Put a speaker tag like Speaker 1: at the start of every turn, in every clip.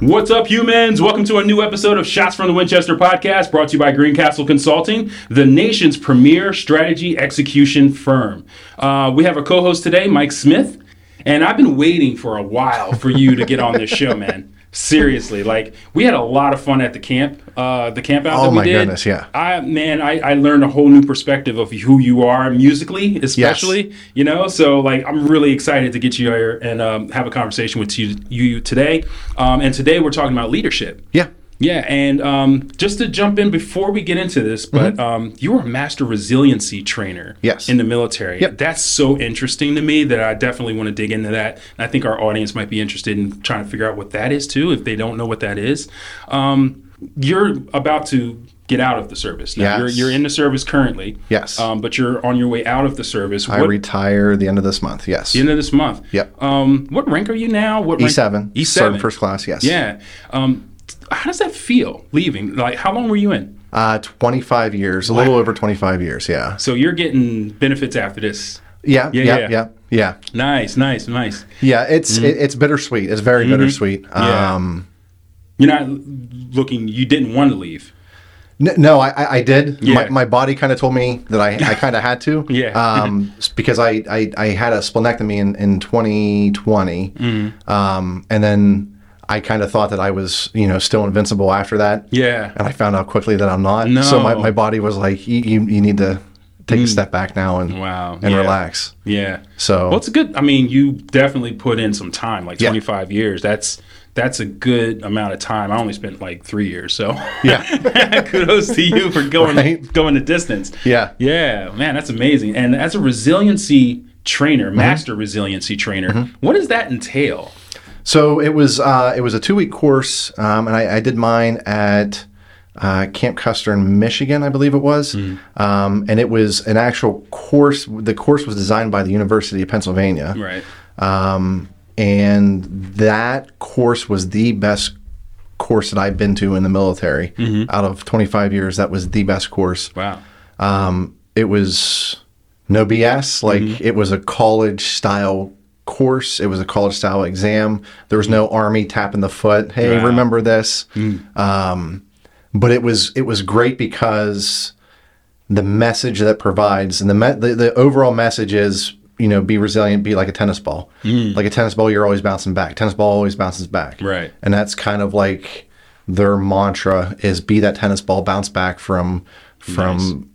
Speaker 1: What's up, humans? Welcome to a new episode of Shots from the Winchester podcast, brought to you by Greencastle Consulting, the nation's premier strategy execution firm. Uh, we have a co host today, Mike Smith, and I've been waiting for a while for you to get on this show, man. Seriously, like we had a lot of fun at the camp, uh, the camp out
Speaker 2: Oh
Speaker 1: that we
Speaker 2: my
Speaker 1: did.
Speaker 2: goodness, yeah.
Speaker 1: I man, I, I learned a whole new perspective of who you are musically, especially. You know, so like I'm really excited to get you here and um, have a conversation with you, you today. Um, and today we're talking about leadership.
Speaker 2: Yeah.
Speaker 1: Yeah, and um, just to jump in before we get into this, but um, you were a master resiliency trainer.
Speaker 2: Mm-hmm. Yes.
Speaker 1: In the military.
Speaker 2: Yep.
Speaker 1: That's so interesting to me that I definitely want to dig into that. And I think our audience might be interested in trying to figure out what that is too, if they don't know what that is. Um, you're about to get out of the service. Now,
Speaker 2: Yes.
Speaker 1: you're, you're in the service currently.
Speaker 2: Yes.
Speaker 1: Um, but you're on your way out of the service.
Speaker 2: I retire the end of this month. Yes.
Speaker 1: the end of this month.
Speaker 2: Yep.
Speaker 1: Um, what rank are you now? What
Speaker 2: E seven.
Speaker 1: E
Speaker 2: Sergeant
Speaker 1: seven.
Speaker 2: First class. Yes.
Speaker 1: Yeah. Um, how does that feel leaving? Like, how long were you in?
Speaker 2: Uh, twenty five years. A little over twenty five years. Yeah.
Speaker 1: So you're getting benefits after this.
Speaker 2: Yeah.
Speaker 1: Yeah,
Speaker 2: Yeah. Yeah.
Speaker 1: yeah.
Speaker 2: Yeah. Yeah. Yeah.
Speaker 1: Nice, nice, nice.
Speaker 2: it's it, it's bittersweet. It's very bittersweet.
Speaker 1: Mm-hmm. Yeah.
Speaker 2: Um,
Speaker 1: You're not looking. You didn't want to leave.
Speaker 2: N- No, I- I, I did.
Speaker 1: Yeah.
Speaker 2: My, my body kind of told me that I, I kind of had to.
Speaker 1: Yeah.
Speaker 2: Um, s- because I, I, I had a splenectomy in, in 2020.
Speaker 1: Mm.
Speaker 2: Um, and then I kind of thought that I was, you know, still invincible after that.
Speaker 1: Yeah.
Speaker 2: And I found out quickly that I'm not.
Speaker 1: No. Hmm.
Speaker 2: So my, my body was like, you, you, you need to take a step back now and,
Speaker 1: Wow.
Speaker 2: and
Speaker 1: Yeah.
Speaker 2: relax.
Speaker 1: Yeah.
Speaker 2: So
Speaker 1: Well, it's a good. I mean, you definitely put in some time, like
Speaker 2: Yeah.
Speaker 1: 25 years. That's that's a good amount of time. I only spent like three years, so
Speaker 2: yeah,
Speaker 1: kudos to you for going
Speaker 2: Right?
Speaker 1: going the distance.
Speaker 2: yeah,
Speaker 1: Yeah, man, that's amazing. And as a resiliency
Speaker 2: Mm-hmm.
Speaker 1: trainer, master resiliency trainer, what does that entail?
Speaker 2: So it was uh, it was a two week course, um, and I, I did mine at uh, Camp Custer in Michigan, I believe it was.
Speaker 1: Hmm.
Speaker 2: Um, and it was an actual course. The course was designed by the University of Pennsylvania,
Speaker 1: Right.
Speaker 2: um, and that course was the best course that I've been to in the military.
Speaker 1: Mm-hmm.
Speaker 2: Out of 25 years, that was the best course
Speaker 1: Wow.
Speaker 2: um, it was no BS. Like it was a college style course. It was a college style exam. There was no army tapping the foot. Hey,
Speaker 1: Wow.
Speaker 2: remember this? Um, but it was it was great because the message that provides and the me- the, the overall message is you know be resilient be like a tennis ball like a tennis ball you're always bouncing back tennis ball always bounces back
Speaker 1: Right.
Speaker 2: and that's kind of like their mantra is be that tennis ball bounce back from from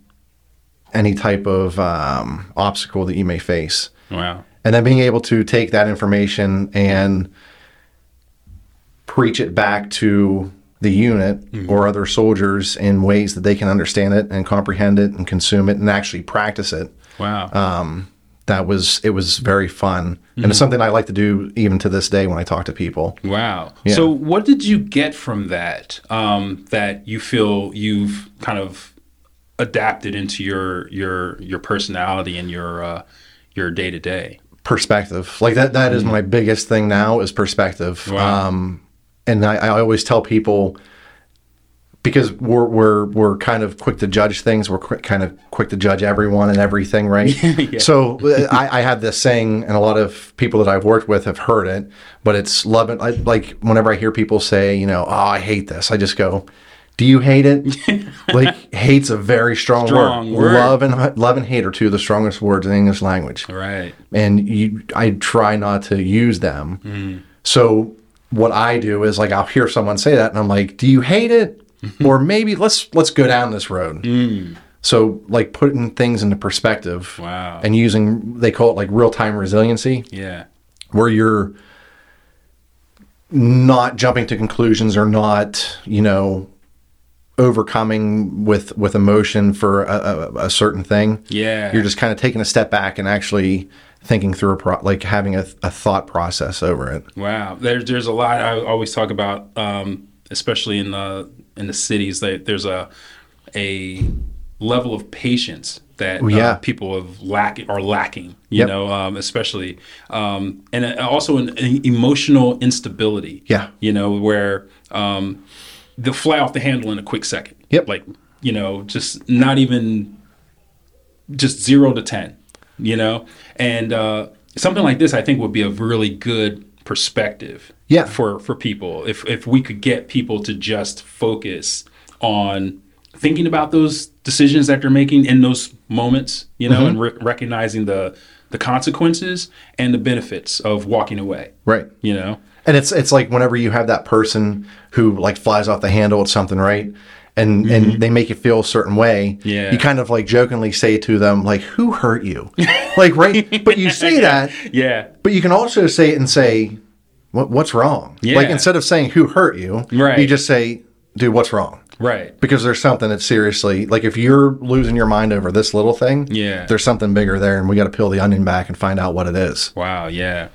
Speaker 2: any type of um, obstacle that you may face
Speaker 1: Wow.
Speaker 2: and then being able to take that information and preach it back to the unit or other soldiers in ways that they can understand it and comprehend it and consume it and actually practice it
Speaker 1: Wow.
Speaker 2: Uh, that was it was very fun and it's something i like to do even to this day when i talk to people
Speaker 1: Wow.
Speaker 2: Yeah.
Speaker 1: So, what did you get from that? Um, that you feel you've kind of adapted into your your your personality and your uh, your day to day.
Speaker 2: perspective. Like that that is my biggest thing now is perspective.
Speaker 1: Hmm. Wow.
Speaker 2: Um and I, I always tell people because we're we're we're kind of quick to judge things, we're quick, kind of quick to judge everyone and everything, right? So uh, I, I have this saying, and a lot of people that I've worked with have heard it, but it's love it. I, like whenever I hear people say, you know, oh, I hate this, I just go, do you hate it? like hate's a very strong,
Speaker 1: Strong
Speaker 2: word.
Speaker 1: word.
Speaker 2: Love and love and hate are two of the strongest words in the English language
Speaker 1: Right.
Speaker 2: and you, I try not to use them. So what I do is like I'll hear someone say that, and I'm like, "Do you hate it?" or maybe let's let's go down this road. So like putting things into perspective,
Speaker 1: Wow.
Speaker 2: and using they call it like real time resiliency,
Speaker 1: Yeah.
Speaker 2: where you're not jumping to conclusions or not, you know, overcoming with with emotion for a, a, a certain thing
Speaker 1: Yeah.
Speaker 2: you're just kind of taking a step back and actually thinking through a pro- like having a, a thought process over it
Speaker 1: Wow, there's there's a lot I always talk about, um, especially in the in the cities. That there's a a level of patience that uh,
Speaker 2: Oh, yeah.
Speaker 1: people have lack are lacking. You
Speaker 2: Yep.
Speaker 1: know, um, especially um, and uh, also an, an emotional instability.
Speaker 2: Yeah.
Speaker 1: you know where um, they'll fly off the handle in a quick second.
Speaker 2: Yep.
Speaker 1: like you know, just not even just zero to ten, you know. And uh, something like this, I think, would be a really good perspective
Speaker 2: Yeah.
Speaker 1: for for people if if we could get people to just focus on thinking about those decisions that they're making in those moments you know and
Speaker 2: Mm-hmm.
Speaker 1: re- recognizing the the consequences and the benefits of walking away
Speaker 2: Right.
Speaker 1: you know
Speaker 2: And it's it's like whenever you have that person who like flies off the handle at something, right? And and they make you feel a certain way.
Speaker 1: Mm-hmm. Yeah.
Speaker 2: You kind of like jokingly say to them, like, "Who hurt you?" like, right? But you say that,
Speaker 1: yeah
Speaker 2: but you can also say it and say, "What what's wrong?"
Speaker 1: Yeah.
Speaker 2: Like instead of saying, "Who hurt you?"
Speaker 1: Right.
Speaker 2: You just say, "Dude, what's wrong?"
Speaker 1: right
Speaker 2: Because there's something that's seriously like if you're losing your mind over this little thing,
Speaker 1: Yeah.
Speaker 2: there's something bigger there, and we got to peel the onion back and find out what it is.
Speaker 1: Wow, yeah.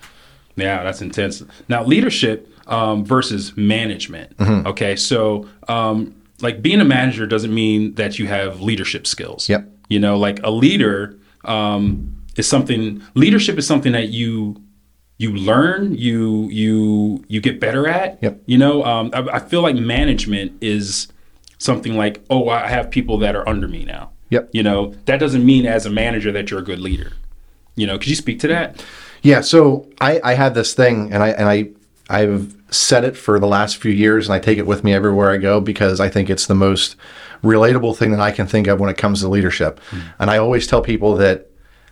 Speaker 1: Yeah, that's intense. Now, leadership um, versus management.
Speaker 2: Mm-hmm.
Speaker 1: Okay, so um, like being a manager doesn't mean that you have leadership skills.
Speaker 2: Yep.
Speaker 1: You know, like a leader um, is something. Leadership is something that you you learn, you you you get better at.
Speaker 2: Yep.
Speaker 1: You know, um, I, I feel like management is something like, oh, I have people that are under me now.
Speaker 2: Yep.
Speaker 1: You know, that doesn't mean as a manager that you're a good leader. You know, could you speak to that?
Speaker 2: Yeah, so I, I had this thing, and I and I I've said it for the last few years, and I take it with me everywhere I go because I think it's the most relatable thing that I can think of when it comes to leadership. And I always tell people that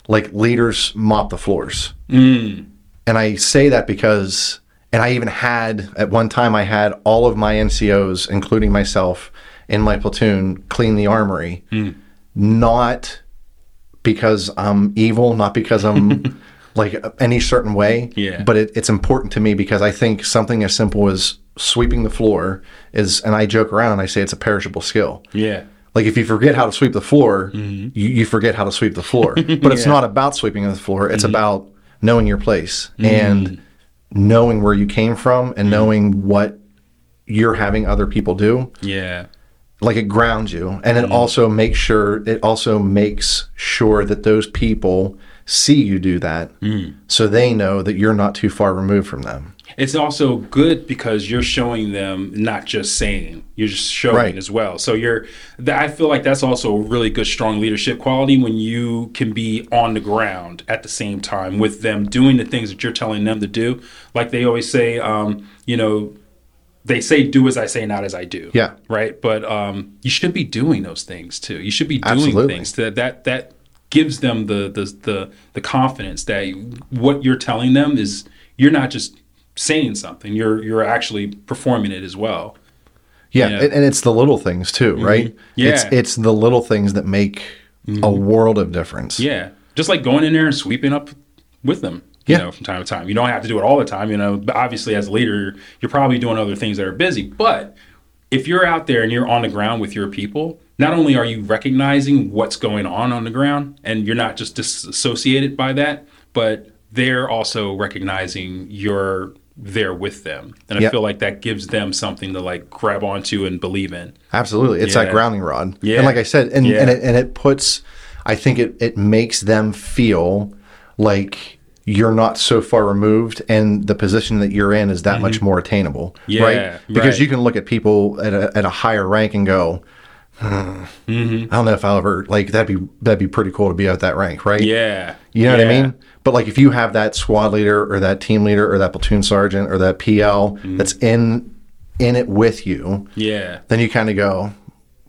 Speaker 2: like leaders mop the floors, and I say that because, and I even had at one time I had all of my NCOs, including myself, in my platoon, clean the armory, not because I'm evil, not because I'm like any certain way.
Speaker 1: Yeah.
Speaker 2: But it, it's important to me because I think something as simple as sweeping the floor is, and I joke around and I say it's a perishable skill.
Speaker 1: Yeah.
Speaker 2: Like if you forget how to sweep the floor,
Speaker 1: Mm-hmm.
Speaker 2: you, you forget how to sweep the floor. But it's not about sweeping the floor.
Speaker 1: Mm-hmm.
Speaker 2: It's about knowing your place and knowing where you came from
Speaker 1: Mm-hmm.
Speaker 2: and knowing what you're having other people do.
Speaker 1: Yeah.
Speaker 2: Like it grounds you, and
Speaker 1: Mm-hmm.
Speaker 2: it also makes sure it also makes sure that those people see you do that,
Speaker 1: Mm.
Speaker 2: so they know that you're not too far removed from them.
Speaker 1: It's also good because you're showing them, not just saying, you're just showing
Speaker 2: Right.
Speaker 1: as well. So you're, th- I feel like that's also a really good, strong leadership quality when you can be on the ground at the same time with them doing the things that you're telling them to do. Like they always say, um, you know, they say, do as I say, not as I do.
Speaker 2: Yeah.
Speaker 1: Right. But um, you should be doing those things too. You should be doing
Speaker 2: Absolutely.
Speaker 1: things that, that, that gives them the, the, the, the confidence that what you're telling them is you're not just saying something, you're, you're actually performing it as well.
Speaker 2: Yeah,
Speaker 1: Yeah. Mm-hmm.
Speaker 2: and- and it's the little things too, right?
Speaker 1: Yeah. Mm-hmm.
Speaker 2: It's it's the little things that make a world of difference.
Speaker 1: Yeah. Just like going in there and sweeping up with them. You
Speaker 2: Yeah.
Speaker 1: know, from time to time. You don't have to do it all the time, you know. But obviously as a leader, you're probably doing other things that are busy. But if you're out there and you're on the ground with your people, not only are you recognizing what's going on on the ground and you're not just disassociated by that, but they're also recognizing you're there with them. And I
Speaker 2: Yeah.
Speaker 1: feel like that gives them something to like grab onto and believe in.
Speaker 2: Absolutely. It's
Speaker 1: Yeah.
Speaker 2: that grounding rod.
Speaker 1: Yeah.
Speaker 2: And like I said, and,
Speaker 1: Yeah.
Speaker 2: and it and it puts I think it, it makes them feel like you're not so far removed and the position that you're in is that much more attainable.
Speaker 1: Mm-hmm. Yeah,
Speaker 2: right? Because
Speaker 1: right.
Speaker 2: you can look at people at a at a higher rank and go, hmm,
Speaker 1: Mm-hmm.
Speaker 2: I don't know if I'll ever like that'd be that'd be pretty cool to be at that rank, right?
Speaker 1: Yeah.
Speaker 2: You know what
Speaker 1: Yeah.
Speaker 2: I mean? But like if you have that squad leader or that team leader or that platoon sergeant or that PL
Speaker 1: Mm-hmm.
Speaker 2: that's in in it with you,
Speaker 1: Yeah.
Speaker 2: then you kind of go,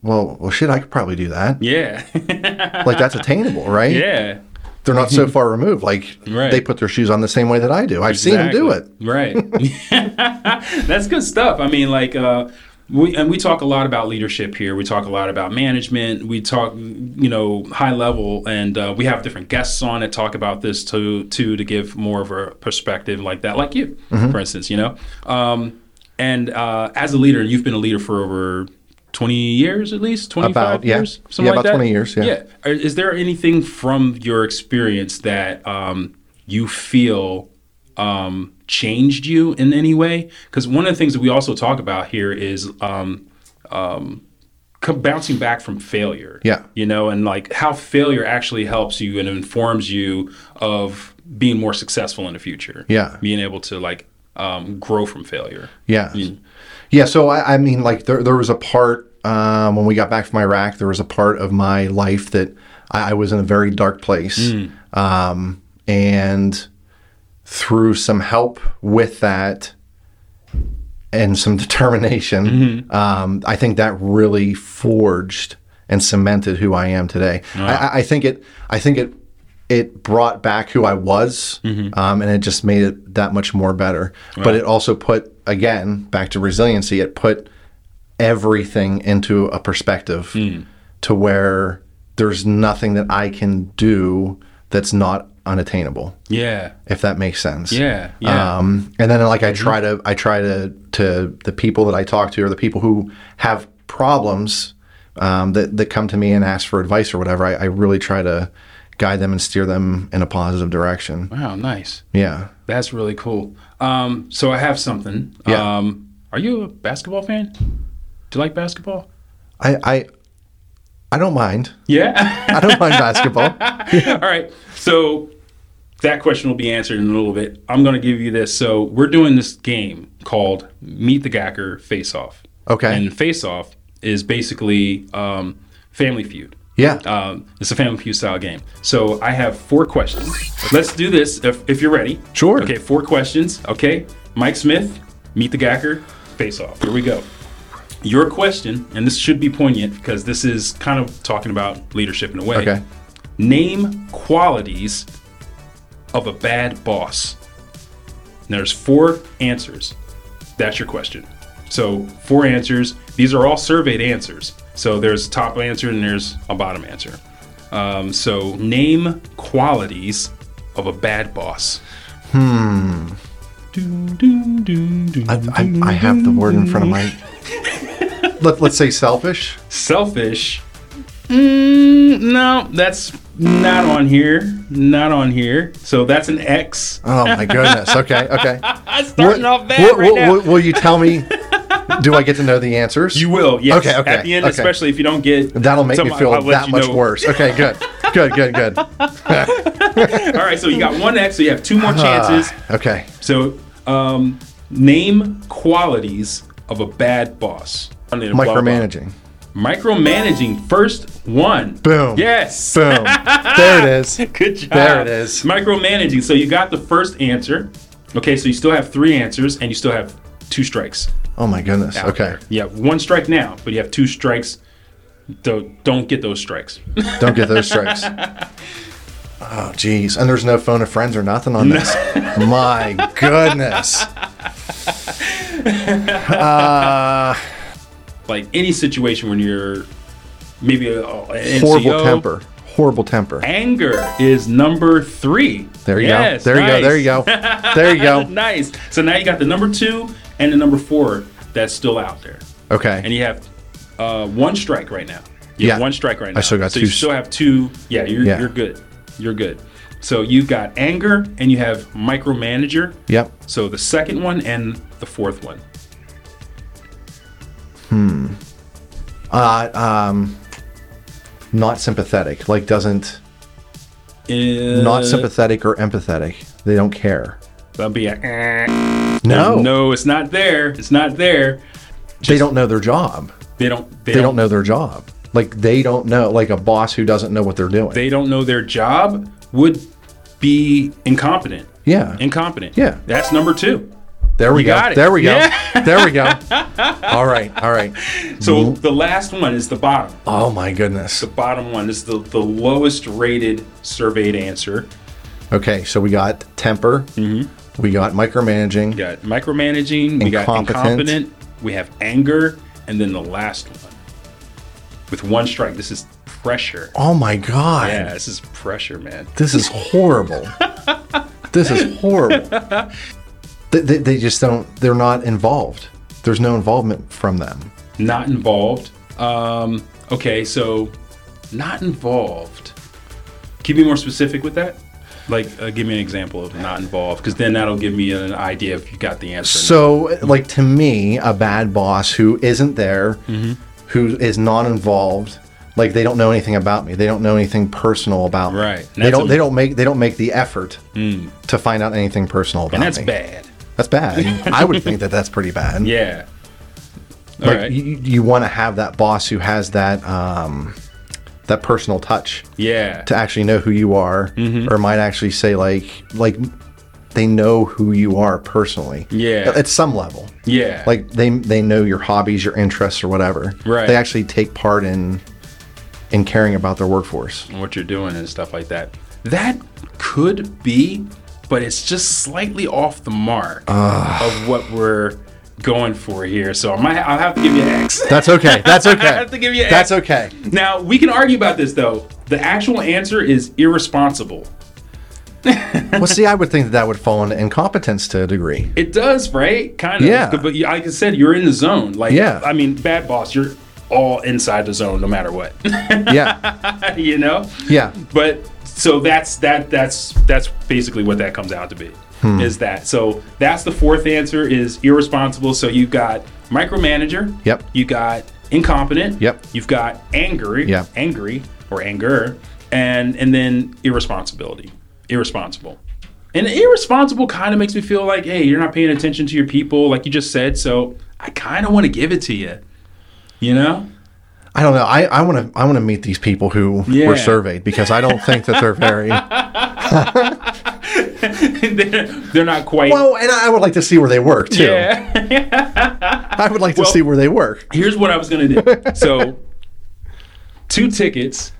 Speaker 2: well, well, shit, I could probably do that.
Speaker 1: Yeah.
Speaker 2: Like that's attainable, right?
Speaker 1: yeah.
Speaker 2: They're not so far removed. Like
Speaker 1: Right.
Speaker 2: they put their shoes on the same way that I do. I've seen them do it.
Speaker 1: Exactly. Right. That's good stuff. I mean, like, uh, we, and we talk a lot about leadership here. We talk a lot about management. We talk, you know, high level, and uh, we have different guests on that talk about this too, too, to give more of a perspective like that, like you,
Speaker 2: Mm-hmm.
Speaker 1: for instance, you know. Um, and uh, as a leader, and you've been a leader for over twenty years at least, twenty five
Speaker 2: About, yeah.
Speaker 1: years,
Speaker 2: Yeah,
Speaker 1: something like
Speaker 2: about
Speaker 1: that?
Speaker 2: 20 years, yeah.
Speaker 1: yeah. Are- Is there anything from your experience that um, you feel um, changed you in any way? Because one of the things that we also talk about here is um, um, co- bouncing back from failure.
Speaker 2: Yeah.
Speaker 1: You know, and like how failure actually helps you and informs you of being more successful in the future.
Speaker 2: Yeah.
Speaker 1: Being able to like um, grow from failure.
Speaker 2: Yeah. Yeah. So I, I mean, like there, there was a part um, when we got back from Iraq, there was a part of my life
Speaker 1: Hmm.
Speaker 2: that I, I was in a very dark place. Um, and through some help with that and some determination, um, I think that really forged and cemented who I am today. I I, I think it. I think it. It brought back who I was, um, and it just made it that much more better. But it also put again back to resiliency. It put everything into a perspective to where there's nothing that I can do that's not unattainable
Speaker 1: Yeah.
Speaker 2: if that makes sense.
Speaker 1: Yeah, yeah. Mm-hmm.
Speaker 2: Um, and then like I try to I try to to the people that I talk to or the people who have problems um, that that come to me and ask for advice or whatever. I, I really try to guide them and steer them in a positive direction.
Speaker 1: Wow. Nice.
Speaker 2: Yeah.
Speaker 1: That's really cool. Um, so I have something.
Speaker 2: Yeah.
Speaker 1: Um, are you a basketball fan? Do you like basketball?
Speaker 2: I I, I don't mind.
Speaker 1: Yeah.
Speaker 2: I don't mind basketball.
Speaker 1: All right. So that question will be answered in a little bit. I'm going to give you this. So we're doing this game called Meet the Gacker Face Off.
Speaker 2: Okay.
Speaker 1: And Face Off is basically um, Family Feud.
Speaker 2: Yeah.
Speaker 1: Um, it's a Family Feud style game. So I have four questions. Let's do this if, if you're ready.
Speaker 2: Sure.
Speaker 1: Okay, four questions. Okay. Mike Smith, Meet the Gacker, Face Off. Here we go. Your question, and this should be poignant because this is kind of talking about leadership in a way.
Speaker 2: Okay.
Speaker 1: Name qualities of a bad boss. And there's four answers. That's your question. So four answers. These are all surveyed answers. So there's a top answer and there's a bottom answer. Um, so name qualities of a bad boss. Hmm.
Speaker 2: I, I have the word in front of my. Let, let's say selfish.
Speaker 1: Selfish. Mm, no, that's not on here. Not on here. So that's an X.
Speaker 2: Oh my goodness. Okay. Okay.
Speaker 1: I'm starting
Speaker 2: What-
Speaker 1: off bad
Speaker 2: what-
Speaker 1: right
Speaker 2: what-
Speaker 1: now.
Speaker 2: what- will you tell me? Do I get to know the answers?
Speaker 1: You will, yes.
Speaker 2: Okay, okay,
Speaker 1: At the end,
Speaker 2: okay.
Speaker 1: especially if you don't get
Speaker 2: That'll make
Speaker 1: some,
Speaker 2: me feel
Speaker 1: I'll let
Speaker 2: that
Speaker 1: you
Speaker 2: much
Speaker 1: know.
Speaker 2: worse. Okay, good, good, good, good.
Speaker 1: All right, so you got one X, so you have two more chances.
Speaker 2: Ah, okay,
Speaker 1: so, um, name qualities of a bad boss.
Speaker 2: micromanaging.
Speaker 1: Micromanaging. First one.
Speaker 2: Boom.
Speaker 1: Yes.
Speaker 2: Boom. There it is.
Speaker 1: Good job.
Speaker 2: There it is.
Speaker 1: Micromanaging. So you got the first answer. Okay, so you still have three answers, and you still have two strikes.
Speaker 2: Oh my goodness. Okay.
Speaker 1: You have one strike now, but you have two strikes. Don't don't get those strikes.
Speaker 2: Don't get those strikes. Oh geez, and there's no phone of friends or nothing on this. My goodness. Uh,
Speaker 1: like any situation when you're maybe a, a- an
Speaker 2: horrible
Speaker 1: NCO.
Speaker 2: temper. Horrible temper.
Speaker 1: Anger is number three.
Speaker 2: There you
Speaker 1: Yes,
Speaker 2: go. There you
Speaker 1: nice.
Speaker 2: go. There you go. There you go.
Speaker 1: nice. So now you got the number two and the number four that's still out there,
Speaker 2: Okay.
Speaker 1: and you have uh, one strike right now. You have
Speaker 2: Yeah.
Speaker 1: one strike right now.
Speaker 2: still got
Speaker 1: so
Speaker 2: two
Speaker 1: you
Speaker 2: s-
Speaker 1: still have two. Yeah, you're
Speaker 2: Yeah.
Speaker 1: you're good. You're good. So you've got anger and you have micromanager.
Speaker 2: Yep.
Speaker 1: So the second one and the fourth one.
Speaker 2: Uh, um, not sympathetic. Like doesn't
Speaker 1: Uh,
Speaker 2: not sympathetic or empathetic. They don't care.
Speaker 1: That'd be a.
Speaker 2: No,
Speaker 1: No, it's not there. It's not there.
Speaker 2: they don't know their job.
Speaker 1: They don't. They,
Speaker 2: They
Speaker 1: don't.
Speaker 2: don't know their job. Like they don't know. Like a boss who doesn't know what they're doing.
Speaker 1: They don't know their job would be incompetent.
Speaker 2: yeah.
Speaker 1: Incompetent.
Speaker 2: Yeah.
Speaker 1: That's number two.
Speaker 2: there we
Speaker 1: you
Speaker 2: go.
Speaker 1: got it.
Speaker 2: There we go. There we go. All right. All right.
Speaker 1: So
Speaker 2: Mm-hmm.
Speaker 1: the last one is the bottom.
Speaker 2: Oh my goodness.
Speaker 1: The bottom one is the the lowest rated surveyed answer.
Speaker 2: Okay. So we got temper. Mm-hmm. We got micromanaging.
Speaker 1: We got micromanaging. We got
Speaker 2: Incompetent.
Speaker 1: incompetent. We have anger, and then the last one with one strike. This is pressure.
Speaker 2: Oh my god.
Speaker 1: Yeah, this is pressure, man.
Speaker 2: This is horrible. this is horrible. They, they, they just don't, they're not involved. There's no involvement from them.
Speaker 1: not involved. Um, okay, so not involved. Can you be more specific with that? Like, uh, give me an example of not involved, because then that'll give me an idea if you got the answer. or not.
Speaker 2: So, like to me, a bad boss who isn't there,
Speaker 1: Mm-hmm.
Speaker 2: who is not involved, like they don't know anything about me. They don't know anything personal about me.
Speaker 1: Right.
Speaker 2: They
Speaker 1: That's a-
Speaker 2: don't.
Speaker 1: Mm.
Speaker 2: they don't make. They don't make the effort to find out anything personal about
Speaker 1: and that's
Speaker 2: me.
Speaker 1: bad.
Speaker 2: That's bad. I would think that that's pretty bad.
Speaker 1: Yeah. All
Speaker 2: like
Speaker 1: right.
Speaker 2: you, you want to have that boss who has that um, that personal touch
Speaker 1: yeah. Mm-hmm.
Speaker 2: to actually know who you are or might actually say like like they know who you are personally.
Speaker 1: Yeah.
Speaker 2: At some level.
Speaker 1: Yeah.
Speaker 2: Like they they know your hobbies, your interests, or whatever.
Speaker 1: Right.
Speaker 2: They actually take part in in caring about their workforce.
Speaker 1: and what you're doing and stuff like that. That could be, but it's just slightly off the mark of what we're going for here. So I might, I'll have to give you an X.
Speaker 2: That's okay. That's okay.
Speaker 1: I have to give you an
Speaker 2: That's
Speaker 1: X.
Speaker 2: okay.
Speaker 1: Now we can argue about this though. The actual answer is irresponsible.
Speaker 2: Well, see, I would think that that would fall into incompetence to a degree.
Speaker 1: It does, right? Kind of.
Speaker 2: Yeah.
Speaker 1: But you- like I said, you're in the zone. Like,
Speaker 2: Yeah.
Speaker 1: I mean, bad boss, you're all inside the zone, no matter what.
Speaker 2: Yeah.
Speaker 1: you know.
Speaker 2: Yeah.
Speaker 1: But so that's that that's that's basically what that comes out to be.
Speaker 2: Hmm.
Speaker 1: Is that so? That's the fourth answer is irresponsible. So you've got micromanager.
Speaker 2: Yep.
Speaker 1: You got incompetent.
Speaker 2: Yep.
Speaker 1: You've got angry.
Speaker 2: Yep.
Speaker 1: Angry or anger, and and then irresponsibility. Irresponsible. And irresponsible kind of makes me feel like, hey, you're not paying attention to your people, like you just said. So I kind of want to give it to you. You know?
Speaker 2: I don't know. I, I want to I want to meet these people who
Speaker 1: Yeah.
Speaker 2: were surveyed because I don't think that they're very well.
Speaker 1: they're, they're not quite.
Speaker 2: And I would like to see where they work too.
Speaker 1: yeah.
Speaker 2: I would like to see where they work.
Speaker 1: here's what I was gonna do. So, two tickets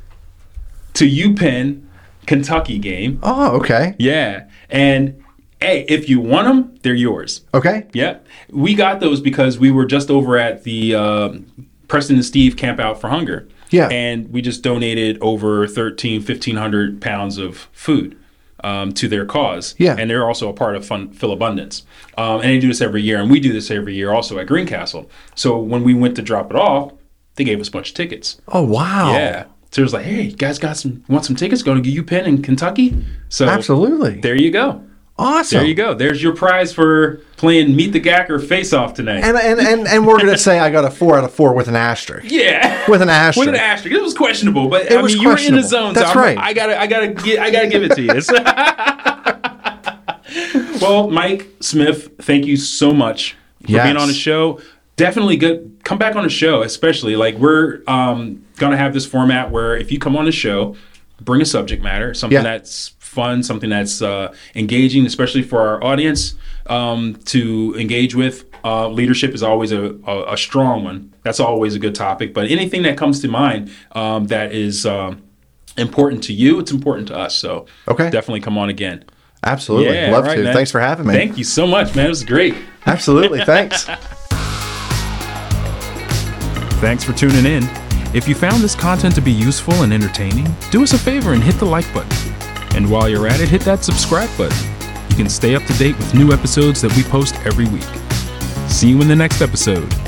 Speaker 1: to UPenn Kentucky game.
Speaker 2: Oh, okay.
Speaker 1: Yeah, and hey, if you want them, they're yours.
Speaker 2: Okay.
Speaker 1: Yep, we got those because we were just over at the um, Preston and Steve Camp Out for Hunger.
Speaker 2: Yeah.
Speaker 1: and we just donated over 13, 1500 pounds of food. Um, to their cause,
Speaker 2: Yeah.
Speaker 1: and they're also a part of Fun Phil Abundance, um, and they do this every year, and we do this every year also at Greencastle. So when we went to drop it off, they gave us a bunch of tickets.
Speaker 2: Oh, wow.
Speaker 1: Yeah, so it was like, hey, you guys got some want some tickets? Go to UPenn in Kentucky. So
Speaker 2: Absolutely.
Speaker 1: there you go.
Speaker 2: awesome.
Speaker 1: There you go. There's your prize for playing Meet the Gacker Face Off tonight.
Speaker 2: And, and and and we're gonna say I got a four out of four with an asterisk.
Speaker 1: yeah.
Speaker 2: With an asterisk.
Speaker 1: With an asterisk, it was questionable, but I
Speaker 2: was
Speaker 1: mean, you were in the
Speaker 2: questionable.
Speaker 1: zone.
Speaker 2: That's
Speaker 1: so I'm-
Speaker 2: right.
Speaker 1: I gotta, I gotta, gi- I gotta give it to you. well, Mike Smith, thank you so much for
Speaker 2: Yes.
Speaker 1: being on the show. Definitely good. Come back on the show, especially like we're um, gonna have this format where if you come on the show, bring a subject matter, something
Speaker 2: Yeah.
Speaker 1: that's fun, something that's uh, engaging, especially for our audience um, to engage with. Uh, leadership is always a, a, a strong one. That's always a good topic. But anything that comes to mind um, that is um, important to you, it's important to us. So
Speaker 2: Okay.
Speaker 1: definitely come on again.
Speaker 2: Absolutely.
Speaker 1: Yeah,
Speaker 2: Love
Speaker 1: all right,
Speaker 2: to.
Speaker 1: man.
Speaker 2: Thanks for having me.
Speaker 1: Thank you so much, man. It was great.
Speaker 2: Absolutely. Thanks.
Speaker 1: Thanks for tuning in. If you found this content to be useful and entertaining, do us a favor and hit the like button. And while you're at it, hit that subscribe button. You can stay up to date with new episodes that we post every week. See you in the next episode.